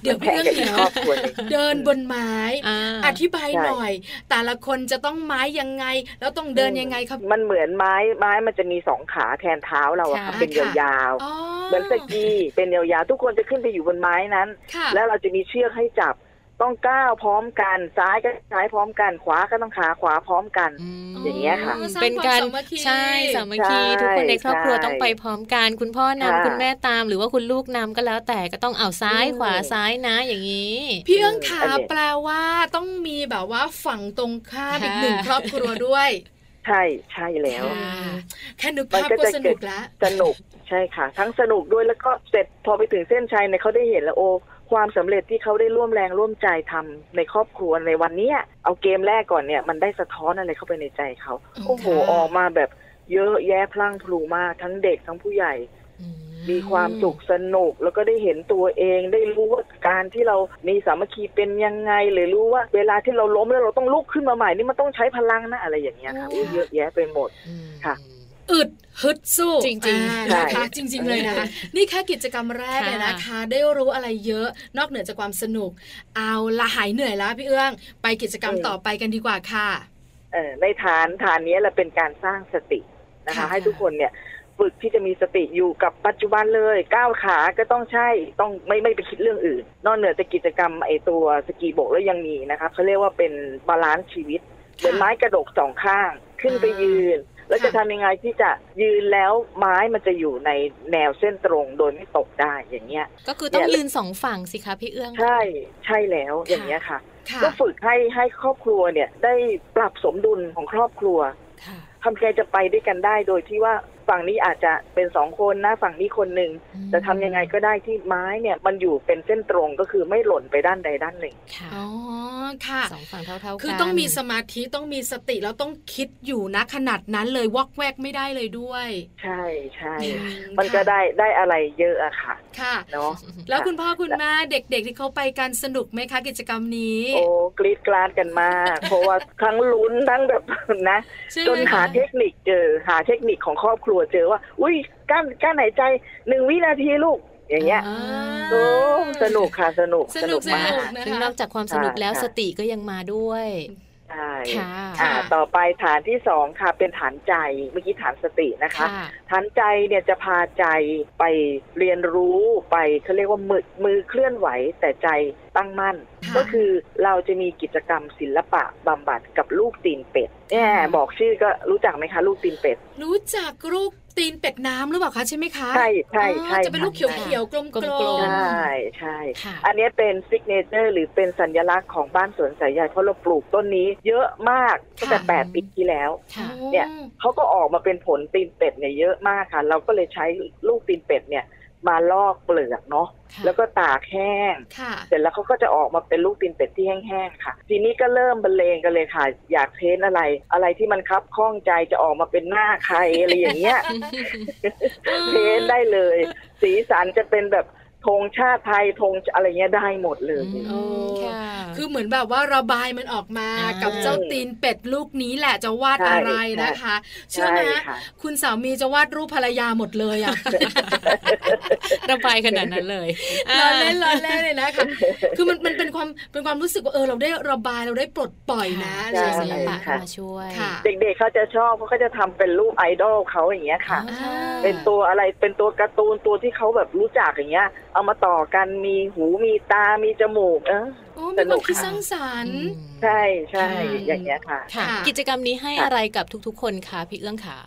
[SPEAKER 2] เดี๋ยวพี่
[SPEAKER 5] แข่ง
[SPEAKER 2] เอื้องเดี๋ยว
[SPEAKER 5] กับอีกครอบครัวหนึ่ง
[SPEAKER 2] เดินบนไม้
[SPEAKER 1] อ่า
[SPEAKER 2] อธิบายหน่อย แต่ละคนจะต้องไม้ยังไง แล้วต้องเดินยังไงครับ
[SPEAKER 5] มันเหมือนไม้ไม้มันจะมีสองขาแทนเท้าเราอะค่ะ
[SPEAKER 1] ค่ะ
[SPEAKER 5] เป็นยาว
[SPEAKER 2] อ๋อ
[SPEAKER 5] ๆเหมือนสกีเป็นยาวๆทุกคนจะขึ้นไปอยู่บนไม้นั้น
[SPEAKER 2] ค่ะ
[SPEAKER 5] แล้วเราจะมีเชือกให้จับ ต้องก้าวพร้อมกันซ้ายก็ซ้ายพร้อมกัน ขวาก็ต้องขาขวาพร้อมกัน
[SPEAKER 1] ม
[SPEAKER 5] อย่างเงี้ยค่ะ
[SPEAKER 1] เป็นการ
[SPEAKER 2] สร้างความสามัคคี
[SPEAKER 1] ใช่สามัคคี
[SPEAKER 5] ใช่
[SPEAKER 1] ทุกคนในครอบครัว
[SPEAKER 5] ใช่
[SPEAKER 1] ต้องไปพร้อมกัน คุณพ่อนำ
[SPEAKER 5] ค่ะ
[SPEAKER 1] คุณแม่ตาม หรือว่าคุณลูกนำก็แล้วแต่ก็ต้องเอาซ้าย
[SPEAKER 5] อืม
[SPEAKER 1] ขวาซ้ายนะอย่างนี้
[SPEAKER 2] พี่เอื้องขา
[SPEAKER 5] เอออันเนี้ย
[SPEAKER 2] แปลว่าต้องมีแบบว่าฝั่งตรงข้าม
[SPEAKER 1] ค่ะ
[SPEAKER 2] อีกหนึ่งครอบครัวด้วย
[SPEAKER 5] ใช่ใช่แล้ว
[SPEAKER 1] ค่ะ
[SPEAKER 2] แค่นึก
[SPEAKER 5] มัน
[SPEAKER 2] ภาพ
[SPEAKER 5] ก็
[SPEAKER 2] ก็
[SPEAKER 5] จะ
[SPEAKER 2] ส
[SPEAKER 5] เกิ
[SPEAKER 2] นุ
[SPEAKER 5] ด
[SPEAKER 2] กละ
[SPEAKER 5] สนุกใช่ค่ะ ทั้งสนุกด้วยแล้วก็เสร็จพอไปถึงเส้นชัยเนี่ยเขาได้เห็นแล้วโอ้ความสำเร็จที่เขาได้ร่วมแรงร่วมใจทำในครอบครัวในวันเนี้ยเอาเกมแรกก่อนเนี่ยมันได้สะท้อนอะไรเข้าไปในใจเขา
[SPEAKER 2] อืม
[SPEAKER 5] โอ้โห
[SPEAKER 2] ค่ะ
[SPEAKER 5] ออกมาแบบเยอะแยะพลั่งพลูมากทั้งเด็กทั้งผู้ใหญ่
[SPEAKER 1] อื
[SPEAKER 5] มีความสุขสนุกแล้วก็ได้เห็นตัวเองได้รู้ว่าการที่เรามีสามัคคีเป็นยังไง หรือรู้ว่าเวลาที่เราล้มแล้วเราต้องลุกขึ้นมาใหม่นี่มันต้องใช้พลังนะอะไรอย่างเงี้ยค่ะ
[SPEAKER 2] โอ้
[SPEAKER 5] เยอะแยะไปหมด
[SPEAKER 1] อืม
[SPEAKER 5] ค่ะ
[SPEAKER 2] อึดฮึดสู้
[SPEAKER 1] จริงๆ
[SPEAKER 2] อ่า
[SPEAKER 5] ใช่
[SPEAKER 2] นะคะจริง ๆ เลยนะคะ นี่แค่กิจกรรมแรกเลยนะคะ ได้รู้อะไรเยอะนอกเหนือจากความสนุก เอาละหายเหนื่อยแล้วพี่เอื้อง ไปกิจกรรมต่อไปกันดีกว่าค่ะ
[SPEAKER 5] เอ่อในฐานฐานนี้แหละเป็นการสร้างสตินะคะ
[SPEAKER 2] ค่ะ
[SPEAKER 5] ให้ทุกคนเนี่ยฝึกที่จะมีสติอยู่กับปัจจุบันเลยก้าวขาก็ต้องใช่ต้องไม่ไม่ไปคิดเรื่องอื่น นอกเหนือจากกิจกรรมไอตัวสกีโบกแล้วยังมีนะคะเขาเรียกว่าเป็นบาลานซ์ชีวิตเหมือนไม้กระดกสองข้างขึ้นไปยืน แล้วจะทำยังไงที่จะยืนแล้วไม้มันจะอยู่ในแนวเส้นตรงโดยไม่ตกได้อย่างเงี้ย
[SPEAKER 1] ก็คือต้อง
[SPEAKER 5] เนี่ย
[SPEAKER 1] ยืนสองฝั่งสิคะพี่เอื้อง
[SPEAKER 5] ใช่ใช่แล้วอย่างเงี้ยค่ะ
[SPEAKER 2] ค่ะ
[SPEAKER 5] ก็ฝึกให้ให้ครอบครัวเนี่ยได้ปรับสมดุลของครอบครัว
[SPEAKER 1] ค่ะ
[SPEAKER 5] ทำไงจะไปด้วยกันได้โดยที่ว่าฝั่งนี้อาจจะเป็นสองคนนะฝั่งนี้คนหนึ่งแต่ทำยังไงก็ได้ที่ไม้เนี่ยมันอยู่เป็นเส้นตรงก็คือไม่หล่นไปด้านใดด้านหนึ่ง
[SPEAKER 1] ค่ะ
[SPEAKER 2] อ๋อค่ะ
[SPEAKER 1] สองฝั่งเท่าๆกัน
[SPEAKER 2] คือต้องมีสมาธิต้องมีสติแล้วต้องคิดอยู่นะขนาดนั้นเลยวอกแวกไม่ได้เลยด้วย
[SPEAKER 5] ใช่ใช่
[SPEAKER 2] อื
[SPEAKER 5] มันก็
[SPEAKER 2] ค่ะ
[SPEAKER 5] ได้ได้อะไรเยอะอะค่ะ
[SPEAKER 2] ค่ะ
[SPEAKER 5] เนาะ
[SPEAKER 2] แล้ว
[SPEAKER 5] ะ
[SPEAKER 2] คุณพ่อคุณแม่เด็กๆที่เขาไปกันสนุกไหมคะกิจกรรมนี้
[SPEAKER 5] โอ้กรีดกราดกันมาก เพราะว่าทั้งลุ้นทั้งแบบนะ
[SPEAKER 2] ใช่
[SPEAKER 5] จ
[SPEAKER 2] ไห
[SPEAKER 5] น
[SPEAKER 2] ม
[SPEAKER 5] หา
[SPEAKER 2] คะ
[SPEAKER 5] เทคนิคเจอหาเทคนิคของครอบครัวเจอว่า อุ้ยกั้นกั้นหายใจหนึ่งวินาทีลูก อย่างเงี้ย
[SPEAKER 2] อ่า
[SPEAKER 5] โอ้สนุกค่ะสนุก
[SPEAKER 2] สนุกส
[SPEAKER 5] มา
[SPEAKER 2] นุ
[SPEAKER 5] ก
[SPEAKER 2] กนะ
[SPEAKER 1] ซึ่ง
[SPEAKER 2] คะ
[SPEAKER 1] นอกจากความสนุกแล้ว
[SPEAKER 5] ค่ะ
[SPEAKER 1] สติก็ยังมาด้วย
[SPEAKER 5] ใช่
[SPEAKER 1] ค่ะ
[SPEAKER 2] ค่ะ
[SPEAKER 5] อ่าต่อไปฐานที่สองค่ะเป็นฐานใจเมื่อกี้ฐานสตินะคะ
[SPEAKER 1] ค่ะ
[SPEAKER 5] ฐานใจเนี่ยจะพาใจไปเรียนรู้ไปเขาเรียกว่ามือมือเคลื่อนไหวแต่ใจตั้งมั่น
[SPEAKER 2] ค่ะ
[SPEAKER 5] ก็คือเราจะมีกิจกรรมศิลปะบำบัดกับลูกตีนเป็ดแหมบอกชื่อก็รู้จักไหมคะ ลูกตีนเป็ด
[SPEAKER 2] รู้จักลูกตีนเป็ดน้ำหรือเปล่าคะใช่ไหมคะ
[SPEAKER 5] ใช่ใช่
[SPEAKER 2] อ๋อ
[SPEAKER 5] ใช่
[SPEAKER 2] จะเป็นลูกเขียวเขียวๆกลม
[SPEAKER 1] กล
[SPEAKER 2] ๆ
[SPEAKER 1] ม
[SPEAKER 5] ใช่ใช่
[SPEAKER 1] ค่ะ
[SPEAKER 5] อันเนี้ยเป็นซิกเนเจอร์หรือเป็นสัญลักษณ์ของบ้านสวนสายใหญ่เพราะเราปลูกต้นนี้ เยอะมากตั้งแต่
[SPEAKER 2] ค่ะ
[SPEAKER 5] แปดปีที่แล้ว
[SPEAKER 1] ค่ะ
[SPEAKER 5] เนี่ย เขาก็ออกมาเป็นผลตีนเป็ดเนี่ยเยอะมากค่ะ เราก็เลยใช้ลูกตีนเป็ดเนี่ยมาลอกเปลือกเนาะ
[SPEAKER 1] ค่ะ
[SPEAKER 5] แล้วก็ตากแห้ง
[SPEAKER 2] ค่ะ
[SPEAKER 5] เสร็จแล้วเขาก็จะออกมาเป็นลูกตีนเป็ดที่แห้งๆค่ะ ทีนี้ก็เริ่มบรรเลงกันเลยค่ะ อยากเพ้นอะไร อะไรที่มันคับข้องใจจะออกมาเป็นหน้าใครอะไรอย่าง
[SPEAKER 1] <laughs>
[SPEAKER 5] เงี้ย เพ้นได้เลย สีสันจะเป็นแบบธงชาติไทยธงอะไรเงี้ยได้หมดเลย
[SPEAKER 1] อืม
[SPEAKER 2] โอ้
[SPEAKER 1] ค่ะ
[SPEAKER 2] คือเหมือนแบบว่าระบายมันออกมา
[SPEAKER 1] อ่ากั
[SPEAKER 2] กับเจ้าตีนเป็ดลูกนี้แหละจะวาด
[SPEAKER 5] ใช่
[SPEAKER 2] อะไรนะคะ เชื่อไหม
[SPEAKER 5] ใช่ค่ะ
[SPEAKER 2] คุณสามีจะวาดรูปภรรยาหมดเลย
[SPEAKER 5] <laughs>
[SPEAKER 2] อะ
[SPEAKER 1] ระบายขนาดนั้นเลย
[SPEAKER 2] ล้อเล่นล้อเล่นเลยนะคะ คือมันมันเป็นความเป็นความรู้สึกว่าเออเราได้ระบายเราได้ปลดปล่อยนะอะไรอ
[SPEAKER 1] ใช้ศิล
[SPEAKER 2] ย่างเงี้ย
[SPEAKER 1] ปะ
[SPEAKER 5] ค่ะ
[SPEAKER 1] เข้ามาช่วย
[SPEAKER 2] ค่ะ
[SPEAKER 5] เด็กๆเขาจะชอบเขาก็จะทำเป็นรูปไอดอลเขาอย่างเงี้ยค่ะ
[SPEAKER 1] อ๋อค่ะ
[SPEAKER 5] เป็นตัวอะไรเป็นตัวการ์ตูนตัวที่เขาแบบรู้จักอย่างเงี้ย เอามาต่อกันมีหูมีตามีจมูก เออ
[SPEAKER 2] โอ้มี
[SPEAKER 5] ส
[SPEAKER 2] ค
[SPEAKER 5] นุ
[SPEAKER 2] วาม
[SPEAKER 5] ก
[SPEAKER 2] คิดสร้างสรร
[SPEAKER 1] อื
[SPEAKER 2] ค์
[SPEAKER 1] ม
[SPEAKER 5] ใช่ใช่
[SPEAKER 2] ค่ะ
[SPEAKER 5] อย่างเงี้ยค่ะ
[SPEAKER 1] ค่ะ
[SPEAKER 2] ค่ะ
[SPEAKER 1] กิจกรรมนี้ให้อะไรกับทุกๆ คนคะพี่เอื้องขา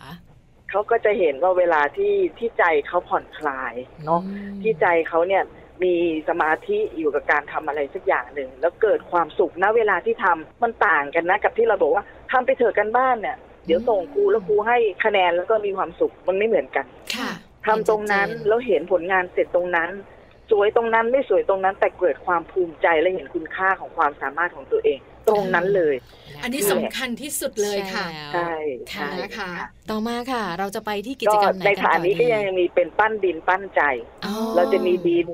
[SPEAKER 5] เขาก็จะเห็นว่าเวลาที่ที่ใจเขาผ่อนคลายเนาะ
[SPEAKER 1] อืม
[SPEAKER 5] ที่ใจเขาเนี่ยมีสมาธิอยู่กับการทำอะไรสักอย่างหนึ่งแล้วเกิดความสุขนะเวลาที่ทำมันต่างกันนะ กับที่เราบอกว่าทำไปเถอะกันบ้านเนี่ยเดี๋ยวส่งครูแล้วครูให้คะแนนแล้วก็มีความสุขมันไม่เหมือนกัน
[SPEAKER 2] ค่ะ
[SPEAKER 5] ทำตรงนั้น
[SPEAKER 1] เห็นชัดเจน
[SPEAKER 5] แล้วเห็นผลงานเสร็จตรงนั้น สวยตรงนั้นไม่สวยตรงนั้น แต่เกิดความภูมิใจและเห็นคุณค่าของความสามารถของตัวเอง ตรงนั้นเลย
[SPEAKER 2] อันนี้สำคัญที่สุดเลยค่ะ
[SPEAKER 1] ใช่แล้ว
[SPEAKER 5] ใช่ใช่
[SPEAKER 2] นะคะ
[SPEAKER 1] ต่อมาค่ะ เราจะไปที่กิจ
[SPEAKER 5] ก็
[SPEAKER 1] กรรมไหน
[SPEAKER 5] ใน
[SPEAKER 1] กันต่
[SPEAKER 5] ฐา
[SPEAKER 1] อน
[SPEAKER 5] นี้ก็
[SPEAKER 1] ดี
[SPEAKER 5] ยังมีเป็นปั้นดินปั้นใจ
[SPEAKER 1] อ๋อ
[SPEAKER 5] เราจะมีดิน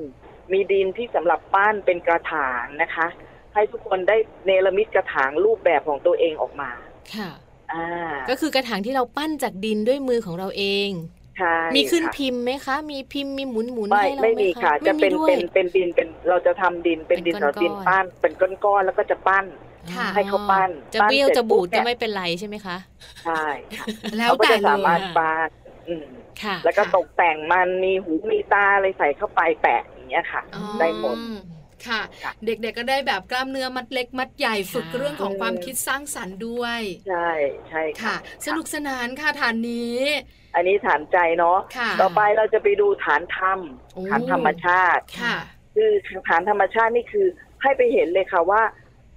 [SPEAKER 5] มีดินที่สำหรับปั้นเป็นกระถางนะคะ ให้ทุกคนได้เนรมิตกระถางรูปแบบของตัวเองออกมา
[SPEAKER 1] ค่ะ
[SPEAKER 5] อ่า
[SPEAKER 1] ก็คือกระถางที่เราปั้นจากดินด้วยมือของเราเอง
[SPEAKER 5] ใช่
[SPEAKER 1] มีขึ้น
[SPEAKER 5] ค่ะ
[SPEAKER 1] พิมพ์ไหมคะ มีพิมพ์มีหมุนหมุนๆ
[SPEAKER 5] ไม่
[SPEAKER 1] ให้เรา
[SPEAKER 5] ไม่
[SPEAKER 1] ไหม
[SPEAKER 5] มี
[SPEAKER 1] คะ
[SPEAKER 5] ค่ะ จะเป็น
[SPEAKER 1] ไม่มีด้วย
[SPEAKER 5] เป็นเป็นดินเป็นเราจะทำดินเป็น
[SPEAKER 1] เป็น
[SPEAKER 5] ดินสอ
[SPEAKER 1] ก้อ
[SPEAKER 5] ด
[SPEAKER 1] นๆ
[SPEAKER 5] ดินปั้นเป็นก้อนๆแล้วก็จะปั้น
[SPEAKER 1] อ๋อ
[SPEAKER 5] ให้เขาปั้น
[SPEAKER 1] จะ
[SPEAKER 5] ปั้น
[SPEAKER 1] เบี้ยว
[SPEAKER 5] เสร็จ
[SPEAKER 1] จะบูด
[SPEAKER 5] ปุ๊บเนี่
[SPEAKER 1] ก็
[SPEAKER 5] ย
[SPEAKER 1] ไม่เป็นไรใช่ไหมคะ
[SPEAKER 5] ใช่ค่ะ
[SPEAKER 2] แล้ว
[SPEAKER 5] เขาก็
[SPEAKER 2] แต่
[SPEAKER 5] จะ
[SPEAKER 2] เล
[SPEAKER 5] สามารถ
[SPEAKER 2] ย
[SPEAKER 5] ปาดอืม
[SPEAKER 1] ค่ะ
[SPEAKER 5] แล้วก็
[SPEAKER 2] ค่ะ
[SPEAKER 5] ตกแต่งมันมีหูมีตาอะไรใส่เข้าไปแปะอย่างเงี้ยค่ะ
[SPEAKER 2] อ๋อ
[SPEAKER 5] ได้หมด
[SPEAKER 2] ค่ะ
[SPEAKER 5] ค่ะ
[SPEAKER 2] เด็กๆก็ได้แบบกล้ามเนื้อมัดเล็กมัดใหญ่ฝึก
[SPEAKER 1] ค่ะ
[SPEAKER 2] เรื่องของความคิดสร้างสรรค์ด้วย
[SPEAKER 5] ใช่ใช่
[SPEAKER 2] ค่ะ
[SPEAKER 5] ค่ะ
[SPEAKER 2] สนุกสนานค่ะฐานนี้
[SPEAKER 5] อันนี้ฐานใจเนาะ
[SPEAKER 2] ค่ะ
[SPEAKER 5] ต่อไปเราจะไปดูฐานธรรม
[SPEAKER 2] โอ้
[SPEAKER 5] ฐานธรรมชาติ
[SPEAKER 2] ค่ะ
[SPEAKER 5] คือฐานธรรมชาตินี่คือให้ไปเห็นเลยค่ะว่า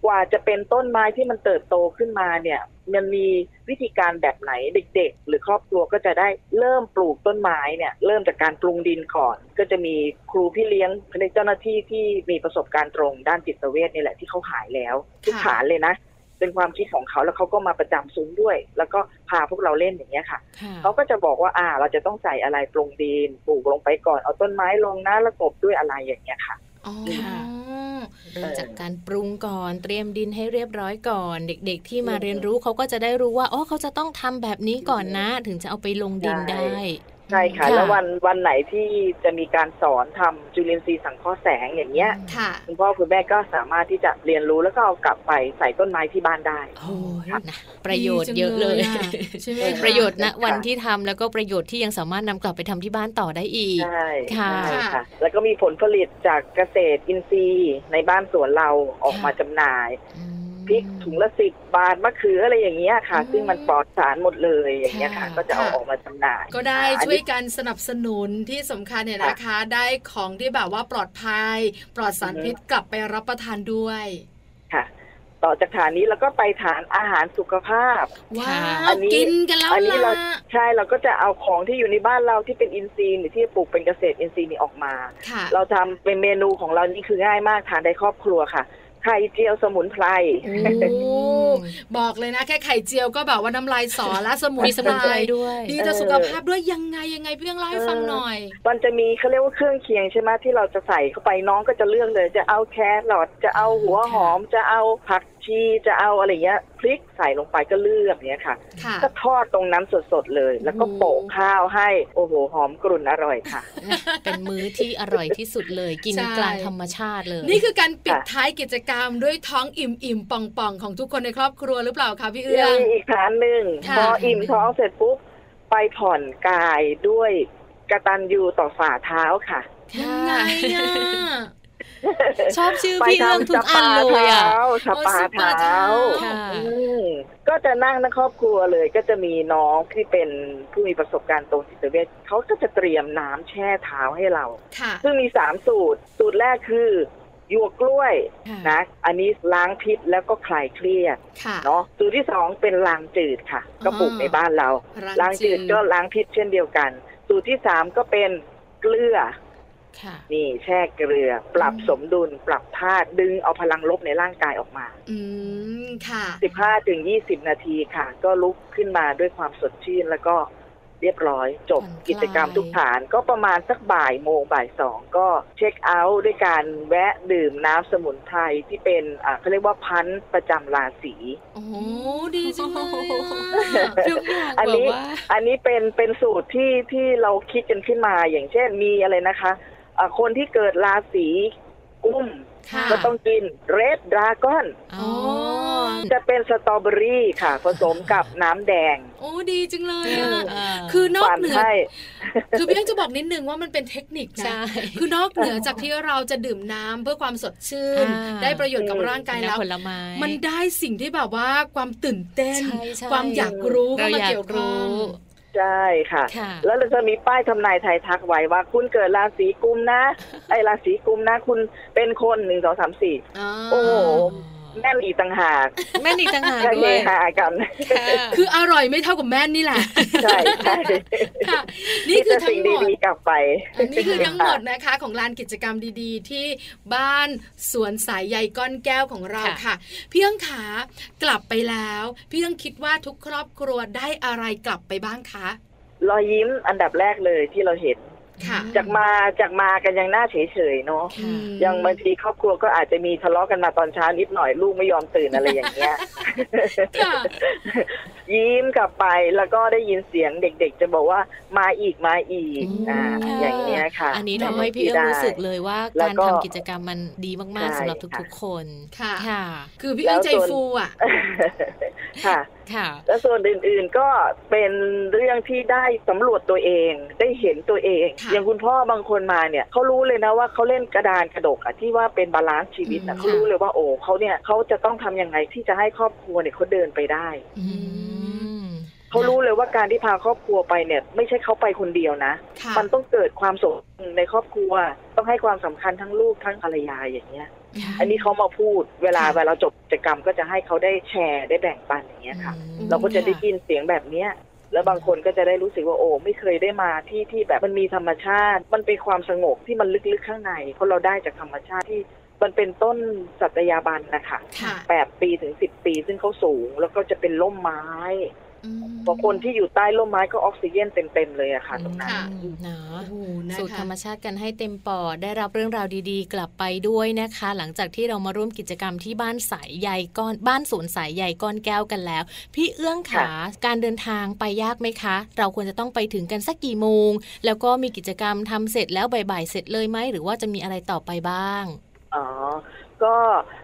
[SPEAKER 5] กว่าจะเป็นต้นไม้ที่มันเติบโตขึ้นมาเนี่ย มันมีวิธีการแบบไหนเด็ก ๆ หรือครอบครัวก็จะได้เริ่มปลูกต้นไม้เนี่ย เริ่มจากการปรุงดินก่อน ก็จะมีครูพี่เลี้ยงเรียกเจ้าหน้าที่ที่มีประสบการณ์ตรงด้านจิตเวชนี่แหละที่เขาหายแล้วทุก
[SPEAKER 2] ค่ะ
[SPEAKER 5] ฐานเลยนะ เป็นความคิดของเขาแล้วเขาก็มาประจำซุ้มด้วย แล้วก็พาพวกเราเล่นอย่างเงี้ยค่ะ
[SPEAKER 1] ค่ะ
[SPEAKER 5] เขาก็จะบอกว่าอ่า เราจะต้องใส่อะไรปรุงดินปลูกลงไปก่อนเอาต้นไม้ลงนะแล้วกบด้วยอะไรอย่างเงี้ยค่ะ
[SPEAKER 2] อ๋อ
[SPEAKER 1] เริ่มจากการปรุงก่อนเตรียมดินให้เรียบร้อยก่อน เด็ก ๆ ที่มาเรียนรู้เขาก็จะได้รู้ว่าอ๋อเขาจะต้องทำแบบนี้ก่อนนะ ถึงจะเอาไปลงดินได้
[SPEAKER 5] ใช่ค่ะ
[SPEAKER 1] ค่ะ
[SPEAKER 5] แล้ววันวันไหนที่จะมีการสอนทำจุลินทรีย์สังเคราะห์แสงอย่างเงี้ย
[SPEAKER 2] ค่ะ
[SPEAKER 5] คุณพ่อคุณแม่ก็สามารถที่จะเรียนรู้แล้วก็เอากลับไปใส่ต้นไม้ที่บ้านได้
[SPEAKER 1] โอ้ยนะประโยชน์เยอะเลย
[SPEAKER 2] ดีจังเลยอะใช่ไหมค
[SPEAKER 1] ประโยชน์ณวันที่ทำแล้วก็ประโยชน์ที่ยังสามารถนำกลับไปทำที่บ้านต่อได้อีก
[SPEAKER 5] ใช่
[SPEAKER 1] ค่ะ
[SPEAKER 5] ใช่
[SPEAKER 2] ค่ะ
[SPEAKER 5] ค่ะ แล้วก็มีผลผลิตจากเกษตรอินทรีย์ในบ้านสวนเราออกมาจำหน่าย
[SPEAKER 1] อืม
[SPEAKER 5] พริกถุงละสิบบาทมะเขืออะไรอย่างเงี้ยค่ะ
[SPEAKER 1] อืม
[SPEAKER 5] ซึ่งมันปลอดสารหมดเลยอย่างเงี้ยค่ะ
[SPEAKER 1] ค่ะ
[SPEAKER 5] ก็จะเอาออกมาจำหน่าย
[SPEAKER 2] ก็ได้
[SPEAKER 5] ค่ะอัน
[SPEAKER 2] ช่วย
[SPEAKER 5] นี้
[SPEAKER 2] กันสนับสนุนที่สำคัญเนี่ย
[SPEAKER 5] ค่ะ
[SPEAKER 2] นะคะ ได้ของที่แบบว่าปลอดภัย ปลอดสาร
[SPEAKER 5] อือฮึ
[SPEAKER 2] พิษกลับไปรับประทานด้วย
[SPEAKER 5] ค่ะ ต่อจากฐานนี้แล้วก็ไปฐานอาหารสุขภาพ
[SPEAKER 2] ว้า
[SPEAKER 5] อั
[SPEAKER 2] วน
[SPEAKER 5] นี้
[SPEAKER 2] กินกันแล้ว
[SPEAKER 5] อันนี้เรา
[SPEAKER 2] ล่ะ
[SPEAKER 5] ใช่เราก็จะเอาของที่อยู่ในบ้านเราที่เป็นอินทรีย์หรือที่ปลูกเป็นเกษตรอินทรีย์นี่ออกมา
[SPEAKER 2] ค่ะ
[SPEAKER 5] เราทำเป็นเมนูของเรานี่คือง่ายมากทานได้ครอบครัวค่ะไข่เจียวสมุนไพร
[SPEAKER 2] โอ้บอกเลยนะ แค่ไข่เจียวก็แบบว่าน้ำลายสอและสมุน
[SPEAKER 1] มีสมุนไพรด้วย
[SPEAKER 2] <laughs> ดีต่อ
[SPEAKER 5] เออ
[SPEAKER 2] สุขภาพด้วยยังไงยังไงพี่เรื่องเล่าให้ฟังหน่อย
[SPEAKER 5] มันจะมีเขาเรียกว่าเครื่องเคียงใช่ไหมที่เราจะใส่เข้าไปน้องก็จะเลือกเลย จะเอาแครอทจะเอาหัวหอม จะเอาผักชีจะเอาอะไรเงี้ยพริกใส่ลงไปก็เลือกเนี้ยค่ะ
[SPEAKER 2] ค่ะ
[SPEAKER 5] ก็ทอดตรงน้ำสดๆเลย แล้วก็โปะข้าวให้โอ้โหหอมกรุ่นอร่อยค่ะ
[SPEAKER 1] นะเป็นมื้อที่อร่อยที่สุดเลย กิน
[SPEAKER 2] ใช่
[SPEAKER 1] กลางธรรมชาติเลย
[SPEAKER 2] นี่คือการปิด
[SPEAKER 5] ค่ะ
[SPEAKER 2] ท้ายกิจกรรมด้วยท้องอิ่มอิ่มป่องป่องๆของทุกคนในครอบครัวหรือเปล่าคะพี่เอื้
[SPEAKER 5] ยั
[SPEAKER 2] องง
[SPEAKER 5] มีอีกฐานหนึ่ง
[SPEAKER 2] ค่ะ
[SPEAKER 5] พออิ่มท้องเสร็จปุ๊บ ไปผ่อนกายด้วยกระตันยูต่อฝ่าเท้าค่ะ
[SPEAKER 2] ยั
[SPEAKER 1] ค่ะ
[SPEAKER 2] งไงอ่ะ
[SPEAKER 1] ชอบชื่อพี่เรื่องทุกอัน
[SPEAKER 5] ไป
[SPEAKER 1] เลยอ่ะ
[SPEAKER 5] ทำสปาเท้าสปาเท้า
[SPEAKER 2] โอ้สปาเท้า
[SPEAKER 1] ค่ะ
[SPEAKER 5] อืมก็จะนั่งทั้งครอบครัวเลยก็จะมีน้องที่เป็นผู้มีประสบการณ์ตรงจิตเวชเขาก็จะเตรียมน้ำแช่เท้าให้เรา
[SPEAKER 2] ค่ะ
[SPEAKER 5] ซึ่งมีสามสูตร สูตรแรกคือหยวกกล้วย
[SPEAKER 1] ค่ะ
[SPEAKER 5] นะ อันนี้ล้างพิษแล้วก็คลายเครียด
[SPEAKER 2] ค่ะ
[SPEAKER 5] เนาะสูตรที่สองเป็นลางจืดค่ะ ก็ปลูกในบ้านเรา
[SPEAKER 2] ลา
[SPEAKER 5] ลาง ง
[SPEAKER 2] จื
[SPEAKER 5] จื
[SPEAKER 2] ด
[SPEAKER 5] ดก็ล้างพิษเช่นเดียวกัน สูตรที่สามก็เป็นเกลือ
[SPEAKER 1] ค่ะ
[SPEAKER 5] นี่แช่เกลือ ปรับสมดุล ปรับธาตุดึงเอาพลังลบในร่างกายออกมา
[SPEAKER 2] อืมค่ะ
[SPEAKER 5] 15ถึง20 นาทีค่ะ ก็ลุกขึ้นมาด้วยความสดชื่นแล้วก็เรียบร้อยจบ
[SPEAKER 1] ผ่อนคลาย
[SPEAKER 5] กิจกรรมทุกฐานก็ประมาณสักบ่ายโมงบ่ายสองก็เช็คเอาท์ด้วยการแวะดื่มน้ำสมุนไพรที่เป็นอ่าเขาเรียกว่าพันธุ์ประจำราศี
[SPEAKER 2] โอ้โหดีจังเลย
[SPEAKER 1] <laughs>
[SPEAKER 2] อะ
[SPEAKER 1] ทุกอย่าง
[SPEAKER 5] อัน
[SPEAKER 1] แบบ
[SPEAKER 5] นี้
[SPEAKER 1] ว่า
[SPEAKER 5] อันนี้เป็นเป็นสูตรที่ที่เราคิดกันขึ้นมาอย่างเช่นมีอะไรนะคะอ่ะคนที่เกิดราศีกุ้ม
[SPEAKER 2] ค่ะ
[SPEAKER 5] ก็ต้องกินเรดดราก้อน
[SPEAKER 1] อ๋อ
[SPEAKER 5] จะเป็นสตรอเบอรี่ค่ะ ผสมกับน้ำแดง
[SPEAKER 2] โอ้ดีจังเลยอะ
[SPEAKER 1] เออ
[SPEAKER 2] คือนอก
[SPEAKER 5] ปั่น
[SPEAKER 2] เหนือ
[SPEAKER 5] ให้
[SPEAKER 2] คือพี่เลี้ยงจะบอกนิดนึงว่ามันเป็นเทคนิคนะ
[SPEAKER 1] ใช่
[SPEAKER 2] คือนอกเหนือจากที่เราจะดื่มน้ำเพื่อความสดชื่น
[SPEAKER 1] อ่า
[SPEAKER 2] ได้ประโยชน์กับ
[SPEAKER 5] อืม
[SPEAKER 2] ร่างกาย
[SPEAKER 1] น้
[SPEAKER 2] แล้ว
[SPEAKER 1] ผลไม้
[SPEAKER 2] มันได้สิ่งที่แบบว่าความตื่นเต้น
[SPEAKER 1] ใช่ใช่
[SPEAKER 2] ความอยากรู้
[SPEAKER 1] เรา
[SPEAKER 2] เข้ามา
[SPEAKER 1] อยาก
[SPEAKER 2] เกี่ยวข้อ
[SPEAKER 1] รู้
[SPEAKER 2] ง
[SPEAKER 5] ใช่ค่ะ
[SPEAKER 1] ค่ะ
[SPEAKER 5] แล้วเราจะมีป้ายทำนายไทายทักไว้ว่า คุณเกิดราศีกุมนะไอยราศีกุมนะ คุณเป็นคนหนึ่งสองสามสี่
[SPEAKER 2] อ่า
[SPEAKER 5] โอ้โหแม่นอีกต่างหาก
[SPEAKER 1] แม่นอีกต่างหาก
[SPEAKER 5] ก็เฮ
[SPEAKER 1] ด้วย
[SPEAKER 5] ฮากัน
[SPEAKER 1] ค่ะ
[SPEAKER 2] คืออร่อยไม่เท่ากับแม่นนี่แหละ <laughs>
[SPEAKER 5] ใช่ใช่
[SPEAKER 2] ค่ะ นี่คือ
[SPEAKER 5] จะ
[SPEAKER 2] ทั้
[SPEAKER 5] สิ่
[SPEAKER 2] ง
[SPEAKER 5] ง
[SPEAKER 2] หมด
[SPEAKER 5] ดีๆกลับไป
[SPEAKER 2] อันนี้คือทั้งหมดนะคะของลานกิจกรรมดีๆ ที่บ้านสวนสายใยก้อนแก้วของเราค่ะ พี่เอื้องขากลับไปแล้ว พี่เอื้องคิดว่าทุกครอบครัวได้อะไรกลับไปบ้างคะ
[SPEAKER 5] รอยยิ้มอันดับแรกเลยที่เราเห็น
[SPEAKER 2] ค่ะ
[SPEAKER 5] จากมาจากมากันยังหน้าเฉยๆเนาะ
[SPEAKER 2] อืม
[SPEAKER 1] <laughs>
[SPEAKER 5] ยังบางทีครอบครัวก็อาจจะมีทะเลาะกันมาตอนเช้านิดหน่อยลูกไม่ยอมตื่นอะไรอย่างเงี้ย
[SPEAKER 1] ค่ะ
[SPEAKER 5] ยิ้มกลับไปแล้วก็ได้ยินเสียงเด็กๆ จะบอกว่ามาอีกมาอีก
[SPEAKER 1] อืม
[SPEAKER 5] อ่าอย่างเนี้ยค่ะ
[SPEAKER 1] อันนี้ทำให้พี่เอื้อม
[SPEAKER 5] ได้ <laughs>
[SPEAKER 1] รู้สึกเลยว่า
[SPEAKER 5] แล้ว
[SPEAKER 1] การ
[SPEAKER 5] ก็
[SPEAKER 1] ทำกิจกรรมมันดีมากๆ
[SPEAKER 5] ใช่
[SPEAKER 1] สำหรับทุก
[SPEAKER 5] ค่ะ
[SPEAKER 1] ๆคน
[SPEAKER 2] ค่ะ
[SPEAKER 1] ค่ะ
[SPEAKER 2] คือพี่เอื้องใจฟูอ่ะ
[SPEAKER 5] ค่ะ
[SPEAKER 1] ค่ะ
[SPEAKER 5] และส่วนอื่นๆก็เป็นเรื่องที่ได้สำรวจตัวเองได้เห็นตัวเอง
[SPEAKER 2] ค่ะ
[SPEAKER 5] อย่างคุณพ่อบางคนมาเนี่ยเขารู้เลยนะว่าเขาเล่นกระดานกระดกอะที่ว่าเป็นบาลานซ์ชีวิต
[SPEAKER 1] อืม
[SPEAKER 5] อะเขารู้เลยว่าโอ้เขาเนี่ยเขาจะต้องทำยังไงที่จะให้ครอบครัวเนี่ยเขาเดินไปได้
[SPEAKER 1] อืม
[SPEAKER 5] เขารู้เลยว่าการที่พาครอบครัวไปเนี่ย ไม่ใช่เขาไปคนเดียวนะ
[SPEAKER 2] ค่ะ
[SPEAKER 5] มันต้องเกิดความสมดุลในครอบครัว ต้องให้ความสำคัญทั้งลูกทั้งภรรยาอย่างเงี้ย
[SPEAKER 1] ค่ะ
[SPEAKER 5] อันนี้เขามาพูดเวลา
[SPEAKER 2] ค่ะ
[SPEAKER 5] เวลาจบกิจกรรมก็จะให้เขาได้แชร์ได้แบ่งปันอย่างเงี้ยค่ะ
[SPEAKER 1] อืม
[SPEAKER 5] เราก็จะได้
[SPEAKER 2] ค่ะ
[SPEAKER 5] ยินเสียงแบบเนี้ย แล้วบางคนก็จะได้รู้สึกว่าโอ้ไม่เคยได้มาที่ที่แบบมันมีธรรมชาติ มันเป็นความสงบที่มันลึกๆข้างในเพราะเราได้จากธรรมชาติที่มันเป็นต้นสัตยาบันนะคะ
[SPEAKER 2] ค่ะ
[SPEAKER 5] แปดปีถึงสิบปี ซึ่งเขาสูงแล้วก็จะเป็นร่มไม้
[SPEAKER 2] อืม
[SPEAKER 5] บางคนที่อยู่ใต้ร่มไม้ก็ออกซิเจนเต็มๆเลยอะค่ะตรงนั้น
[SPEAKER 1] ค่ะเนาะ
[SPEAKER 2] โอ้โหนะคะ
[SPEAKER 1] สูตรธรรมชาติกันให้เต็มปอดได้รับเรื่องราวดีๆ กลับไปด้วยนะคะ หลังจากที่เรามาร่วมกิจกรรมที่บ้านสายใยก้อนบ้านสวนสายใยก้อนแก้วกันแล้ว พี่เอื้องขา
[SPEAKER 5] ค่ะ
[SPEAKER 1] การเดินทางไปยากไหมคะ เราควรจะต้องไปถึงกันสักกี่โมง แล้วก็มีกิจกรรมทำเสร็จแล้วบ่ายๆเสร็จเลยไหมหรือว่าจะมีอะไรต่อไปบ้าง
[SPEAKER 5] อ๋อ ก็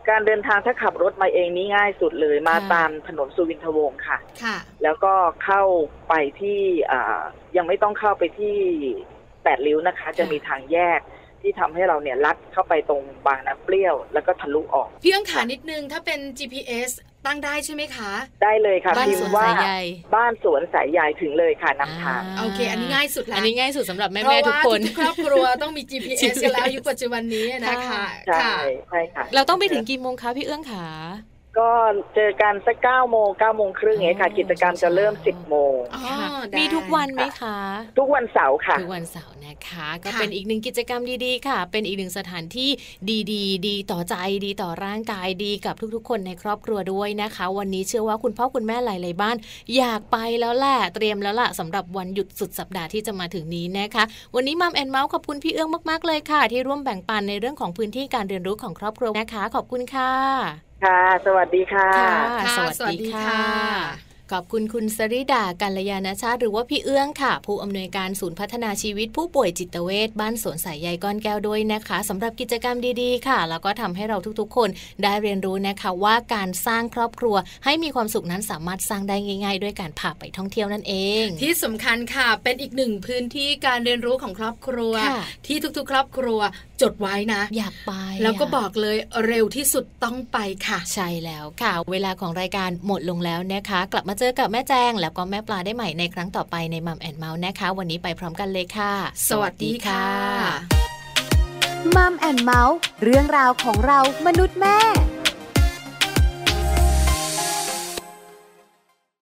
[SPEAKER 5] การเดินทางถ้าขับรถมาเองนี่ง่ายสุดเลยมา
[SPEAKER 1] ค่ะ
[SPEAKER 5] ตามถนนสุวินทวงศ์ค่ะ
[SPEAKER 2] ค่ะ
[SPEAKER 5] แล้วก็เข้าไปที่อ่ายังไม่ต้องเข้าไปที่แปดริ้วนะคะ จะมีทางแยกที่ทำให้เราเนี่ยลัดเข้าไปตรงบางน้ำเปรี้ยว แล้วก็ทะลุออก
[SPEAKER 2] พี่เอื้องขานิดนึงถ้าเป็น GPS ตั้งได้ใช่ไหมคะ
[SPEAKER 5] ได้เลยค่ะ
[SPEAKER 1] บ้าน
[SPEAKER 5] พิม
[SPEAKER 1] สวน
[SPEAKER 5] พ์ว่า
[SPEAKER 1] สายใย
[SPEAKER 5] บ้านสวนสายใยถึงเลยค่ะนำทาง
[SPEAKER 1] า
[SPEAKER 2] โอเค อันนี้ง่ายสุดละ
[SPEAKER 1] อันนี้ง่ายสุดสำหรับ
[SPEAKER 2] เพราะ
[SPEAKER 1] แม่ๆทุก
[SPEAKER 2] ว่า
[SPEAKER 1] คน
[SPEAKER 2] ทุกครอบครัวต้องมี GPS กันแล้วยุคปัจจุบันนี้นะคะ
[SPEAKER 1] ค่ะ
[SPEAKER 5] ใช่
[SPEAKER 2] ค่ะ
[SPEAKER 5] ใช่ค่ะ
[SPEAKER 1] เราต้องไปถึงกี่โมงคะพี่เอื้องขา
[SPEAKER 5] ก็เจอกันสักเก้าโมงเก้าโมงครึ่งเองค่ะ
[SPEAKER 1] อ๋อ
[SPEAKER 5] กิจกรรมจะเริ่มสิบโมง
[SPEAKER 2] อ๋อ
[SPEAKER 1] ค่ะ
[SPEAKER 2] ได้
[SPEAKER 1] มีทุกวันไหมคะ
[SPEAKER 5] ทุกวันเสาร์ค่ะ
[SPEAKER 1] ทุกวันเสาร์นะคะ ก็
[SPEAKER 2] ค่ะ
[SPEAKER 1] เป็นอีกหนึ่งกิจกรรมดีๆ ค่ะ เป็นอีกหนึ่งสถานที่ดีๆ ดีต่อใจดีต่อร่างกายดีกับทุกๆ คนในครอบครัวด้วยนะคะ วันนี้เชื่อว่าคุณพ่อคุณแม่หลายๆบ้าน อยากไปแล้วแหละเตรียมแล้วล่ะสำหรับวันหยุดสุดสัปดาห์ที่จะมาถึงนี้นะคะ วันนี้มัมแอนเมาส์ขอบคุณพี่เอื้องมากๆเลยค่ะ ที่ร่วมแบ่งปันในเรื่องของพื้นที่การเรียนรู้ของครอบครัวนะคะ ขอบคุณค่ะ
[SPEAKER 5] ค่ะ สวัสดีค่ะ
[SPEAKER 1] ค่ะ
[SPEAKER 2] ค่ะ
[SPEAKER 1] สวัส
[SPEAKER 2] สวัส
[SPEAKER 1] ดี
[SPEAKER 2] ดี
[SPEAKER 1] ค่ะ
[SPEAKER 2] ค่ะ
[SPEAKER 1] ขอบคุณคุณสริดากัลยาณชาติหรือว่าพี่เอื้องค่ะ ผู้อำนวยการศูนย์พัฒนาชีวิตผู้ป่วยจิตเวชบ้านสวนสายใยก้อนแก้วด้วยนะคะสำหรับกิจกรรมดีๆค่ะ แล้วก็ทำให้เราทุกๆ คนได้เรียนรู้นะคะ ว่าการสร้างครอบครัว ให้มีความสุขนั้นสามารถสร้างได้ง่าย ๆ ด้วยการพาไปท่องเที่ยวนั่นเอง
[SPEAKER 2] ที่สำคัญค่ะ เป็นอีกหนึ่งพื้นที่การเรียนรู้ของครอบครัว
[SPEAKER 1] ค่ะ
[SPEAKER 2] ที่ทุกๆ ครอบครัวจดไว้นะ
[SPEAKER 1] อยากไปะ
[SPEAKER 2] แล้วก็บอกเลยเร็วที่สุดต้องไปค่ะ
[SPEAKER 1] ใช่แล้วค่ะ เวลาของรายการหมดลงแล้วนะคะ กลับมาเจอกับแม่แจง แล้วก็แม่ปลาได้ใหม่ในครั้งต่อไปในมัมแอนเมาส์นะคะ วันนี้ไปพร้อมกันเลยค่ะ
[SPEAKER 2] สวัสดีค่ะ
[SPEAKER 6] มัมแอนเมาส์เรื่องราวของเรามนุษย์แม่